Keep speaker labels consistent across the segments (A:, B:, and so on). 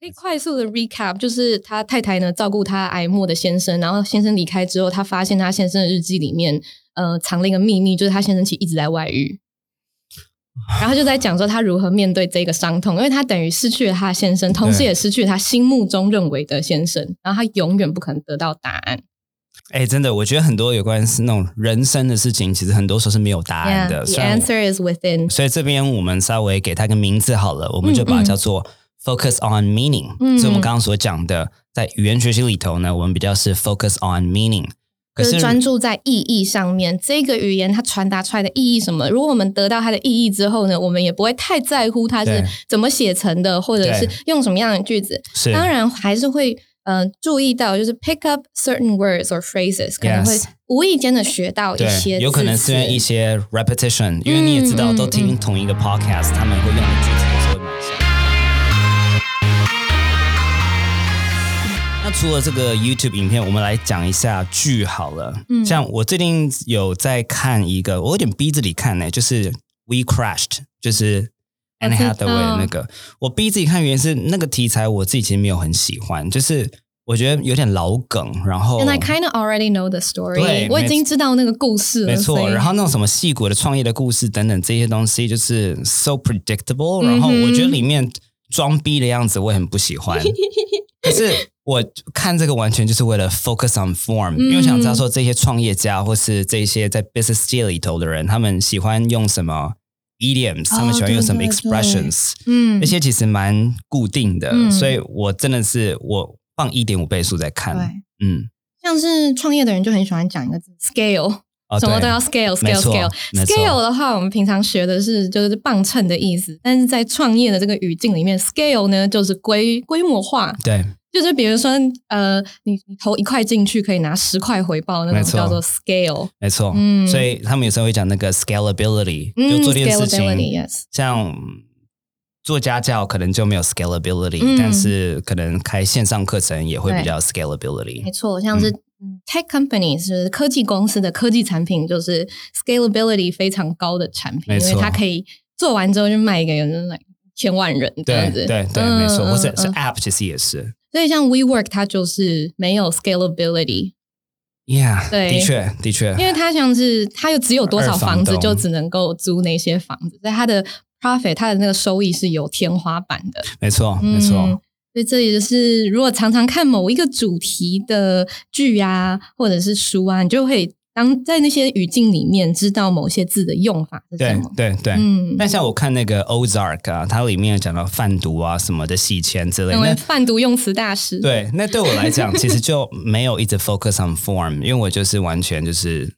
A: 可以快速的 recap，就是他太太呢照顾他癌末的先生，然后先生离开之后，他发现他先生的日记里面，呃，藏了一个秘密，就是他先生其实一直在外遇。然后就在讲说他如何面对这个伤痛，因为他等于失去了他的先生，同时也失去了他心目中认为的先生，然后他永远不可能得到答案。
B: 哎、真的，我觉得很多有关是那种人生的事情，其实很多时候是没有答案的。
A: Yeah,
B: 虽
A: the
B: 然
A: answer is within。
B: 所以这边我们稍微给它个名字好了，我们就把它叫做 focus on meaning。
A: 嗯
B: 所以我们刚刚所讲的，在语言学习里头呢，我们比较是 focus on meaning。可
A: 就是
B: 是
A: 专注在意义上面，这个语言它传达出来的意义什么？如果我们得到它的意义之后呢，我们也不会太在乎它是
B: 对
A: 怎么写成的，或者是
B: 对
A: 用什么样的句子。
B: 是
A: 当然还是会呃注意到，就是 pick up certain words or phrases，可能会
B: Yes
A: 无意间的学到一些
B: 对，
A: 字
B: 有可能是因为一些 repetition，因为你也知道，
A: 嗯
B: 都听
A: 嗯
B: 同一个 podcast，、他们会用的句子也是会蛮像的。那除了这个 YouTube 影片，我们来讲一下剧好了。
A: 嗯
B: 像我最近有在看一个，我有点逼自己看呢、就是《We Crashed》，就是
A: 我
B: Anne
A: 知道
B: Hathaway 的那个。我逼自己看，原因是那个题材我自己其实没有很喜欢，就是我觉得有点老梗，然后
A: And I kind of already know the story，
B: 哦对
A: 我已
B: 没
A: 经知道那个故事了。
B: 没
A: 所
B: 错，
A: 以
B: 然后那种什么戏骨的创业的故事等等这些东西，就是 so
A: 嗯
B: predictable、
A: 哼
B: 然后我觉得里面装逼的样子我也很不 喜欢。可是我看这个完全就是为了 focus on form，、因
A: 嗯
B: 为我想知道说这些创业家或是这些在 business 界里头的人，他们喜欢用什么 idioms，、
A: 哦
B: 他们喜欢用什么
A: 对对对
B: expressions，
A: 嗯
B: 那，些其实蛮固定的。
A: 嗯
B: 所以我真的是我放一点五倍速在看，
A: 对，
B: 嗯，
A: 像是创业的人就很喜欢讲一个字 scale。
B: 哦
A: 什么
B: 对
A: 都要 scale
B: 没
A: scale
B: 错
A: scale
B: 没错
A: scale 的话，我们平常学的是就是磅秤的意思，但是在创业的这个语境里面，scale 呢就是规规模化，
B: 对，
A: 就是比如说呃，你你投一块进去可以拿十块回报那
B: 没
A: 种
B: 错
A: 叫做 scale，
B: 没错，
A: 嗯
B: 所以他们有时候会讲那个 scalability，、
A: 嗯
B: 就做这件事情，
A: ，scalability，yes，
B: 像做家教可能就没有 scalability，、
A: 嗯
B: 但是可能开线上课程也会
A: 对
B: 比较
A: 没
B: scalability。
A: 错，像是。嗯 Tech company 是科技公司的科技产品，就是 scalability 非常高的产品，
B: 没
A: 因
B: 错
A: 为它可以做完之后就卖给人来千万人这样
B: 对
A: 子。
B: 对对，
A: 嗯
B: 没错，
A: 嗯
B: 或是
A: 嗯
B: 是 app 其实也是
A: 所以像 WeWork 它就是没有 scalability，
B: ，yeah，
A: 对
B: 的确的确，
A: 因为它像是它有只有多少房
B: 二
A: 子
B: 房东
A: 就只能够租那些房子，所以它的 profit 它的那个收益是有天花板的，
B: 没错
A: 嗯
B: 没错，。
A: 所以这也就是，如果常常看某一个主题的剧啊，或者是书啊，你就会当在那些语境里面知道某些字的用法是什
B: 对
A: 么。
B: 对对。
A: 嗯，
B: 但像我看那个 Ozark 啊，它里面有讲到贩毒啊什么的洗钱之类
A: 成
B: 的，
A: 为
B: 那
A: 贩毒用词大师。，
B: 对，那对我来讲，其实就没有一直 focus on form，因为我就是完全就是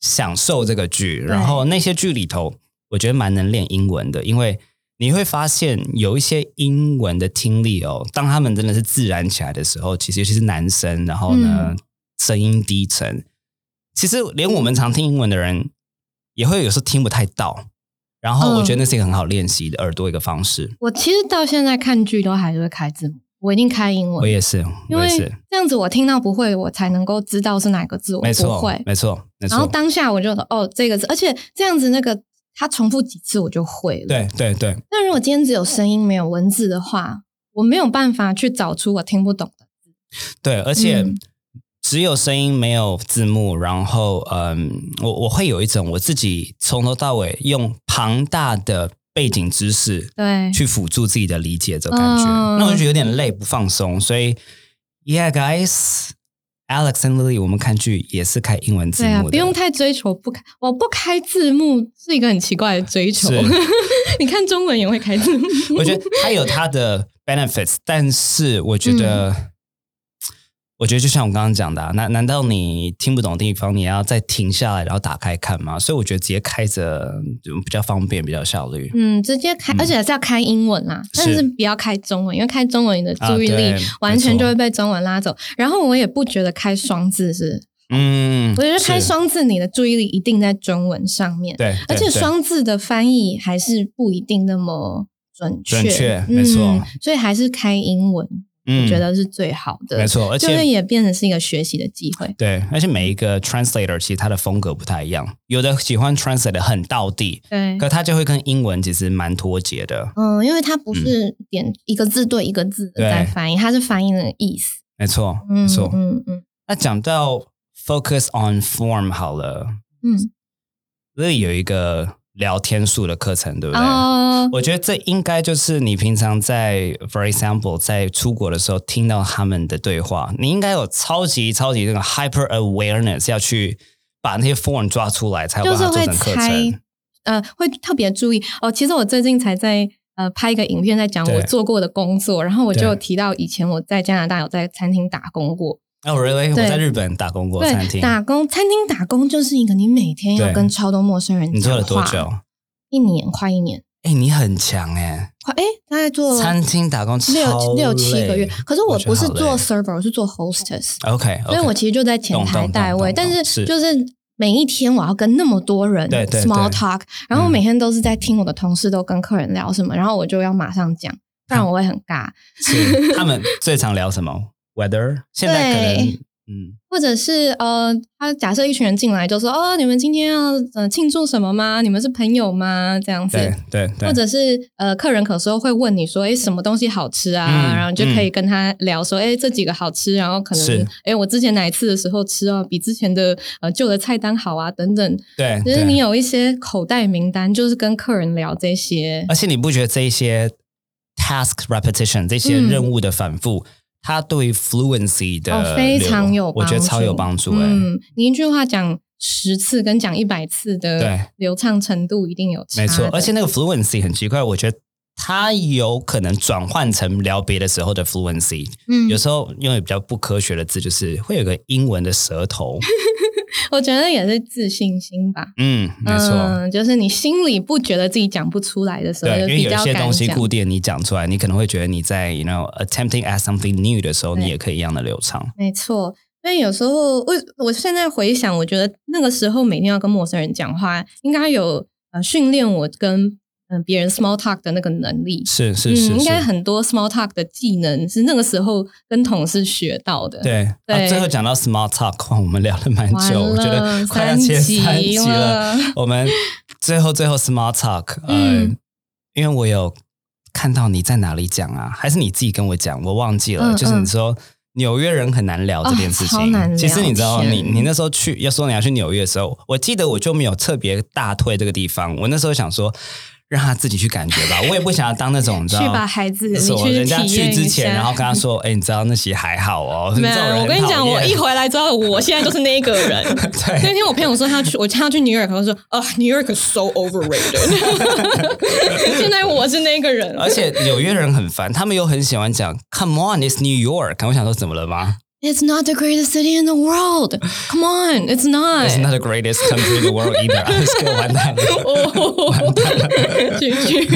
B: 享受这个剧。然后那些剧里头，我觉得蛮能练英文的，因为你会发现有一些英文的听力哦，当他们真的是自然起来的时候，其实尤其是男生，然后呢、
A: 嗯
B: 声音低沉，其实连我们常听英文的人也会有时候听不太到。然后我觉得那是一个很好练习的耳朵一个方式。
A: 我其实到现在看剧都还是会开字幕，我一定开英文
B: 我。也是，
A: 因
B: 我
A: 为
B: 也是，
A: 这样子我听到不会，我才能够知道是哪个字我
B: 没
A: 不
B: 错
A: 会，。
B: 没错，没
A: 然后
B: 错。
A: 当下我就哦这个字，而且这样子那个它重复几次我就会了。。
B: 对对对，
A: 那如果今天只有声音没有文字的话，我没有办法去找出我听不懂的。
B: 对，而且
A: 嗯
B: 只有声音没有字幕，然后嗯，我我会有一种我自己从头到尾用庞大的背景知识
A: 对，
B: 去辅助自己的理解的感觉，
A: 嗯
B: 那我就觉得有点累，不放松。所以，Yeah, guys。Alex and Lily，我们看剧也是开英文字
A: 对啊，
B: 幕的，
A: 不用太追求不开，我不开字幕是一个很奇怪的追求
B: 是。
A: 你看中文也会开字幕，
B: 我觉得它有它的 benefits，但是我觉得，
A: 嗯
B: 我觉得就像我刚刚讲的、啊，难难道你听不懂的地方，你要再停下来，然后打开看吗？所以我觉得直接开着就比较方便，比较效率。
A: 嗯，直接开，而且还是要开英文啦，但是不要开中文，因为开中文你的注意力
B: 啊对
A: 完全
B: 没错
A: 就会被中文拉走。然后我也不觉得开双字是，
B: 嗯，
A: 我觉得开
B: 是
A: 双字你的注意力一定在中文上面，
B: 对，
A: 而且
B: 对对
A: 双字的翻译还是不一定那么准确，嗯
B: 准确没错
A: 所以还是开英文。
B: 嗯
A: 我觉得是最好的。
B: 没错，而
A: 就
B: 且
A: 是也变成是一个学习的机会。
B: 对，而且每一个 translator 其实他的风格不太一样，有的喜欢 translate 得很到地，
A: 对，
B: 可他就会跟英文其实蛮脱节的。
A: 嗯，因为它不是点一个字对一个字的在
B: 嗯对
A: 翻译，它是翻译的意思。
B: 没错，没
A: 嗯
B: 错。
A: 嗯嗯
B: 那讲到 focus on form 好了，
A: 嗯，
B: 这里有一个聊天术的课程，对不对？
A: 哦，
B: 我觉得这应该就是你平常在，for example，在出国的时候听到他们的对话，你应该有超级超级那个 hyper awareness 要去把那些 form 抓出来，才有
A: 就
B: 办
A: 是
B: 法做
A: 会
B: 成课
A: 猜
B: 程。，
A: 呃，会特别注意哦。其实我最近才在呃拍一个影片，在讲
B: 对
A: 我做过的工作，然后我就
B: 对
A: 有提到以前我在加拿大有在餐厅打工过。
B: 哦、r e a l l y 我
A: 对
B: 在日本打工过餐
A: 对，
B: 厅，
A: 打工餐厅打工就是一个你每天要
B: 对
A: 跟超多陌生人
B: 你做了
A: 讲
B: 多
A: 话
B: 久？？
A: 一年，快一年，
B: 哎、你很强哎、
A: 快哎，大概做
B: 餐厅打工超
A: 六六七个月
B: 累。
A: 可是我
B: 觉得
A: 不是
B: 好累
A: 做 server，我是做 hostess。
B: OK，, o
A: 所以我其实就在前台代位，
B: 懂懂懂懂
A: 但
B: 是
A: 是就是每一天我要跟那么多人
B: 对对
A: small
B: 对嗯
A: talk，然后我每天都是在听我的同事都跟客人聊什么，然后我就要马上讲，不
B: 嗯
A: 然我会很尬，
B: 是他们最常聊什么？Weather，现在可能
A: 对
B: 嗯，
A: 或者是呃，他假设一群人进来就说哦，你们今天要呃庆祝什么吗？你们是朋友吗？这样子。
B: 对对对，
A: 或者是呃，客人有时候会问你说，哎，什么东西好吃啊？
B: 嗯
A: 然后你就可以跟他聊说，哎、这几个好吃，然后可
B: 是
A: 能，哎，我之前哪一次的时候吃哦，比之前的呃旧的菜单好啊，等等。
B: 对，
A: 就是
B: 嗯对
A: 你有一些口袋名单，就是跟客人聊这些。
B: 而且你不觉得这一些 task repetition 这些
A: 嗯
B: 任务的反复，它对于 fluency 的、
A: 哦，非常有帮
B: 我
A: 助，
B: 觉得哎超有帮助哎、
A: 嗯，你一句话讲十次跟讲一百次
B: 对
A: 的流畅程度一定有差的。
B: 欸没错，而且那个 fluency 很奇怪，我觉得它有可能转换成聊别的时候的 fluency，、
A: 嗯
B: 有，时候用比较不科学的字，就是会有个英文的舌头。
A: 我觉得也是自信心吧。
B: 嗯，没错。
A: 嗯，就是你心里不觉得自己讲不出来的时候，
B: 对，
A: 就
B: 因为
A: 比
B: 有一
A: 较
B: 些
A: 敢
B: 东西
A: 讲。
B: 固定，你讲出来，你可能会觉得你在 you know attempting at something new 的时候，
A: 对
B: 你也可以一样的流畅。
A: 没错，所以有时候我我现在回想，我觉得那个时候每天要跟陌生人讲话，应该有呃训练我跟嗯、呃别人 small talk 的那个能力。
B: 是是是，
A: 嗯，应该
B: 是
A: 很多 small talk 的技能是那个时候跟同事学到的。，
B: 对，
A: 对
B: 啊、最后讲到 small talk，哇我 们聊了蛮
A: 完
B: 久，
A: 了
B: 我觉得快要
A: 三
B: 切
A: 集
B: 三集了。
A: 了
B: 我们最后最后 small talk，呃、
A: 嗯
B: 因为我有看到你在哪里讲啊，还是你自己跟我讲，我忘记了。
A: 嗯
B: 就是你
A: 嗯
B: 说纽约人很难聊这件事情，
A: 哦超难聊
B: 其实你知道，
A: 天
B: 你你那时候去要说你要去纽约的时候，我记得我就没有特别大推这个地方，我那时候想说。让他自己去感觉吧，我也不想要当那种你知 道
A: 去吧孩子
B: 是我
A: 你去
B: 人家
A: 体
B: 去
A: 验
B: 之
A: 一
B: 前，
A: 下
B: 然后跟他说：“哎、你知道那些还好哦。”
A: 没
B: 这种人
A: 有，
B: 很
A: 我跟你
B: 讨
A: 讲，
B: 厌
A: 我一回来之后，我现在就是那个人。
B: 对
A: 那天我朋友说他去，我 叫他去 New York，他说啊、n e w York is so overrated。现 在我是那个人，
B: 而且纽约人很烦，他们又很喜欢讲 “Come on, it's New York”。我想说，怎么了吗
A: It's not the greatest city in the world. Come on, it's not.
B: ？It's not the greatest country in the world either 。 这个完蛋了
A: 哦，去去，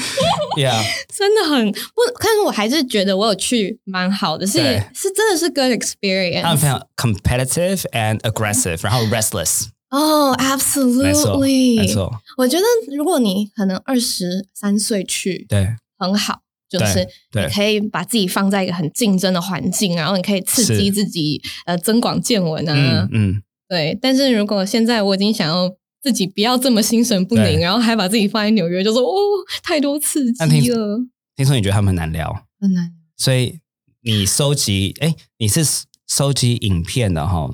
B: ，Yeah，
A: 真的很不，但是我还是觉得我有去蛮好的，是
B: 对啊
A: 是真的是 good
B: 他们
A: experience。
B: 非常 competitive and aggressive，然后 restless。
A: 哦、
B: 没错，没
A: absolutely，
B: 错，
A: 我觉得如果你可能二十三岁去，
B: 对
A: 很好，就是你
B: 对
A: 啊可以把自己放在一个很竞争的环境，啊然后你可以刺激
B: 是
A: 自己，呃，增广见闻啊
B: 嗯，嗯，
A: 对。但是如果现在我已经想要自己不要这么心神不
B: 对
A: 宁，然后还把自己放在纽约，就说哦，太多刺
B: 那听
A: 激了，
B: 听说你觉得他们很难聊，
A: 很难。
B: 所以你收集，哎，你是收集影片的哈？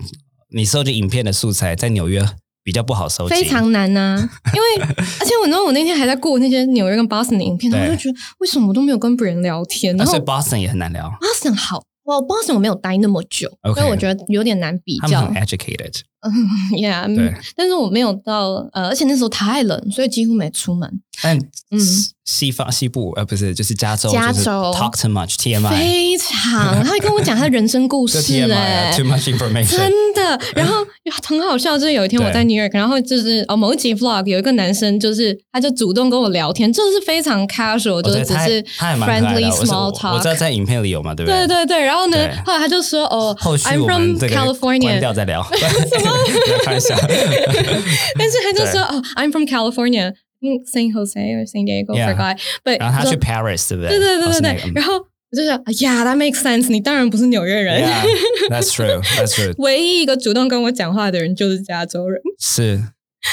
B: 你收集影片的素材在纽约比较不好收集，
A: 非常难 呐、因为而且我那我那天还在过那些纽约跟 Boston 的影片，然后我就觉得为什么我都没有跟别人聊天，
B: 而
A: 然后
B: 且啊 Boston 也很难聊，
A: Boston 好，我 Boston 我没有待那么久
B: OK
A: 所以我觉得有点难比
B: 他们
A: 较
B: 很。educated。
A: Yeah，嗯
B: 对
A: 但是我没有到呃，而且那时候太冷，所以几乎没出门，
B: 但
A: 嗯
B: 西西方西部呃不是就是加州，
A: 加
B: 就是
A: 州
B: talk too much TMI，
A: 非常。他还跟我讲他的人生故
B: 就
A: 事
B: TMI
A: 哎、
B: 啊 too much information，
A: 真 的。然后很好笑，就是有一天我在 New York，然后就是哦某一集 vlog 有一个男生，就是他就主动跟我聊天，就是非常 casual，
B: 我
A: 就
B: 觉得
A: 是只
B: 他
A: 是
B: 他还蛮可爱的
A: friendly
B: 我是
A: small
B: 我我
A: talk
B: 知道。在影片里有嘛，对不
A: 对
B: 对？
A: 对对，然后呢
B: 对，
A: 后来他就说哦
B: 后续
A: ，I'm
B: 我
A: from
B: 们这个关
A: California，
B: 掉再 聊，来看一下。
A: 但是他就
B: 对
A: 说哦，I'm from California，嗯，San Jose or San Diego，
B: Yeah
A: forgot，but
B: 然后他去
A: 说
B: Paris，对不对？
A: 对对
B: 哦
A: 对
B: 是那
A: 对
B: 个
A: 对，
B: 嗯
A: 然后我就是哎呀，That makes sense。你当然不是纽约人。
B: Yeah, that's true. That's true.
A: 唯一一个主动跟我讲话的人就是加州人，
B: 是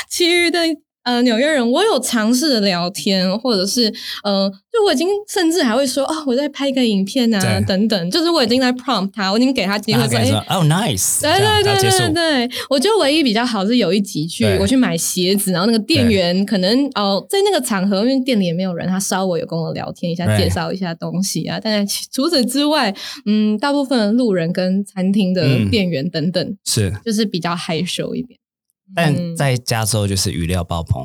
A: 其余的呃纽约人，我有尝试聊天，或者是呃，就我已经甚至还会说哦，我在拍个影片啊
B: 对
A: 等等，就是我已经在 prompt 他，我已经给他机
B: 那
A: 会
B: 他
A: 说，
B: 跟
A: 哎
B: 你、说，Oh, nice，
A: 对
B: 这样
A: 对
B: 他
A: 对
B: 结
A: 对
B: 束。
A: 对，我觉得唯一比较好是有一集去
B: 对
A: 我去买鞋子，然后那个店员可能哦，在那个场合，因为店里也没有人，他稍微有跟我聊天一下，
B: 对
A: 介绍一下东西啊。但是除此之外，嗯，大部分的路人跟餐厅的
B: 嗯
A: 店员等等，
B: 是，
A: 就是比较害羞一点。
B: 但
A: 嗯
B: 在加州就是语料爆棚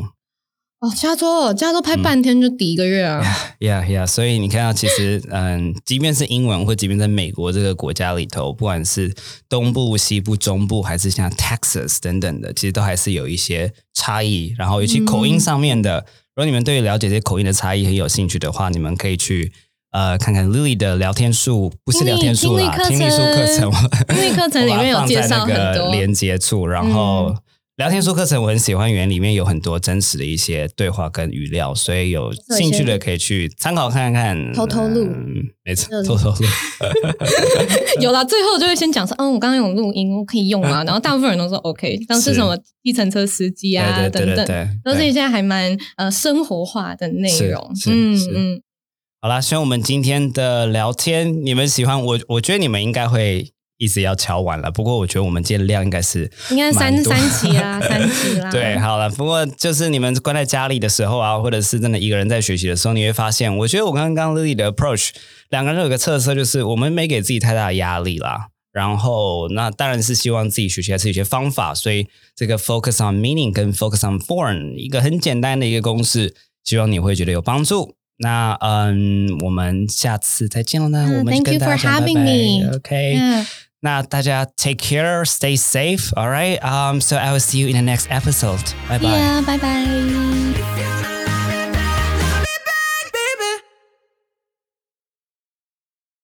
A: 哦，加州哦，加州拍
B: 嗯
A: 半天就抵一个月 啊，
B: ，Yeah Yeah，所以你看到其实，嗯，即便是英文或即便在美国这个国家里头，不管是东部、西部、中部，还是像 Texas 等等的，其实都还是有一些差异。然后尤其口音
A: 嗯
B: 上面的，如果你们对于了解这些口音的差异很有兴趣的话，你们可以去。呃，看看 Lily 的聊天术，不是
A: 听力
B: 聊天术啦，
A: 听
B: 听
A: 力
B: 力
A: 课
B: 术课程，我
A: 因为课程里面有介绍很多。嗯
B: 连接处，然后聊天说课程我很喜欢，原因里面有很多真实的一些对话跟语料，所以有兴趣的可以去参考看看。
A: 偷偷录
B: 嗯，没错，
A: 嗯
B: 偷偷录。
A: 有啦，最后就会先讲说，嗯，我刚刚有录音，我可以用 啊。然后大部分人都说 OK，像是
B: 是
A: 什么计程车司机啊
B: 对对对
A: 等
B: 对
A: 等，
B: 对，
A: 都是
B: 对
A: 一些还蛮呃生活化的内容
B: 是。是
A: 嗯
B: 是
A: 嗯，
B: 好啦，希望我们今天的聊天你们喜欢。我我觉得你们应该会一直要敲完了，不过我觉得我们今天量应该是
A: 应该三
B: 蛮多
A: 三期 啦，三期啦。
B: 对，好了。不过就是你们关在家里的时候啊，或者是真的一个人在学习的时候，你会发现，我觉得我刚刚 Lily 的 approach，两个人都有个特色，就是我们没给自己太大的压力啦。然后，那当然是希望自己学习还是有些方法，所以这个 focus on meaning 跟 focus on form 一个很简单的一个公式，希望你会觉得有帮助。那嗯，我们下次再见了呢。
A: 嗯
B: 我们就
A: thank
B: 跟
A: you
B: 大家
A: for
B: 讲拜
A: having me 嗯
B: 拜。OK，、
A: Yeah.
B: Now, 大家 take care, stay safe. All right. Um, so I will see you in the next episode. Bye bye.
A: 对呀，拜拜。
C: If you